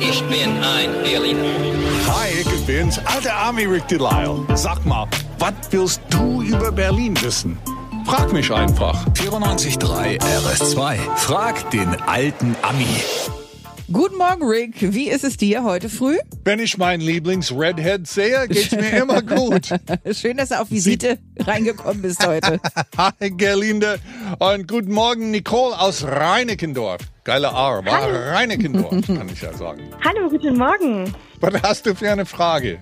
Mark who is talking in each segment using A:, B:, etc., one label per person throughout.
A: Ich bin ein Berliner.
B: Hi, ich bin's, alter Army Rick Delisle. Sag mal, was willst du über Berlin wissen? Frag mich einfach.
C: 94.3 RS2. Frag den alten Ami.
D: Guten Morgen, Rick. Wie ist es dir heute früh?
B: Wenn ich meinen Lieblings-Redhead sehe, geht's mir immer gut.
D: Schön, dass du auf Visite reingekommen bist heute.
B: Hi, Gerlinde. Und guten Morgen, Nicole aus Reinickendorf. Geile R, war Reinickendorf, kann ich ja sagen.
E: Hallo, guten Morgen.
B: Was hast du für eine Frage?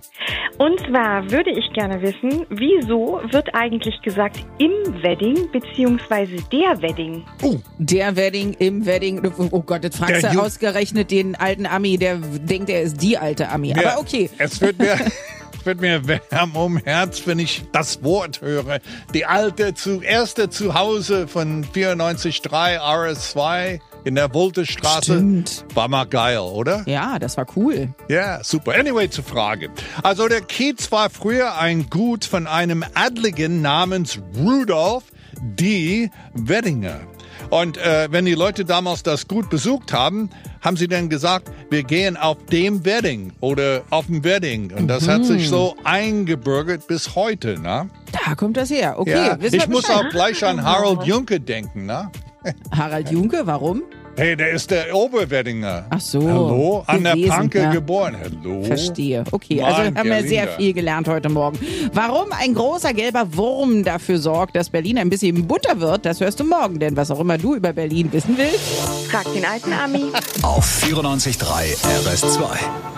E: Und zwar würde ich gerne wissen, wieso wird eigentlich gesagt im Wedding beziehungsweise der Wedding?
B: Uh,
D: Der Wedding, im Wedding. Oh Gott, jetzt fragst
B: Der
D: du
B: Ju-
D: ausgerechnet den alten Ami, der denkt, er ist die alte Ami.
B: mir-
D: Aber okay.
B: Es wird mir, es wird mir wärm um Herz, wenn ich das Wort höre. Die alte, zu, erste Zuhause von 94.3 RS2 in der Woltestraße.
D: Stimmt.
B: War mal geil, oder?
D: Ja, das war cool.
B: Ja, super. Anyway, zur Frage. Also der Kiez war früher ein Gut von einem Adligen namens Rudolf D. Weddinger. Und äh, wenn die Leute damals das Gut besucht haben, haben sie dann gesagt, wir gehen auf dem Wedding oder auf dem Wedding. Und das hat
D: Mhm.
B: sich so eingebürgert bis heute. Ne?
D: Da kommt das her. Okay, wissen wir
B: Ich muss
D: Bescheid. Ah.
B: auch gleich an Harold Junke denken. Ne?
D: Harald Junke, warum?
B: Hey, der ist der Oberweddinger.
D: Ach so.
B: Hallo? An der
D: Gewesen,
B: Panke
D: ja.
B: geboren.
D: Oh.
B: Hallo?
D: Verstehe. Okay, also
B: Mann,
D: haben wir sehr
B: Gerlinde.
D: viel gelernt heute Morgen. Warum ein großer gelber Wurm dafür sorgt, dass Berlin ein bisschen bunter wird, das hörst du morgen. Denn was auch immer du über Berlin wissen willst,
E: Frag den alten Ami.
C: Auf 94.3 RS2.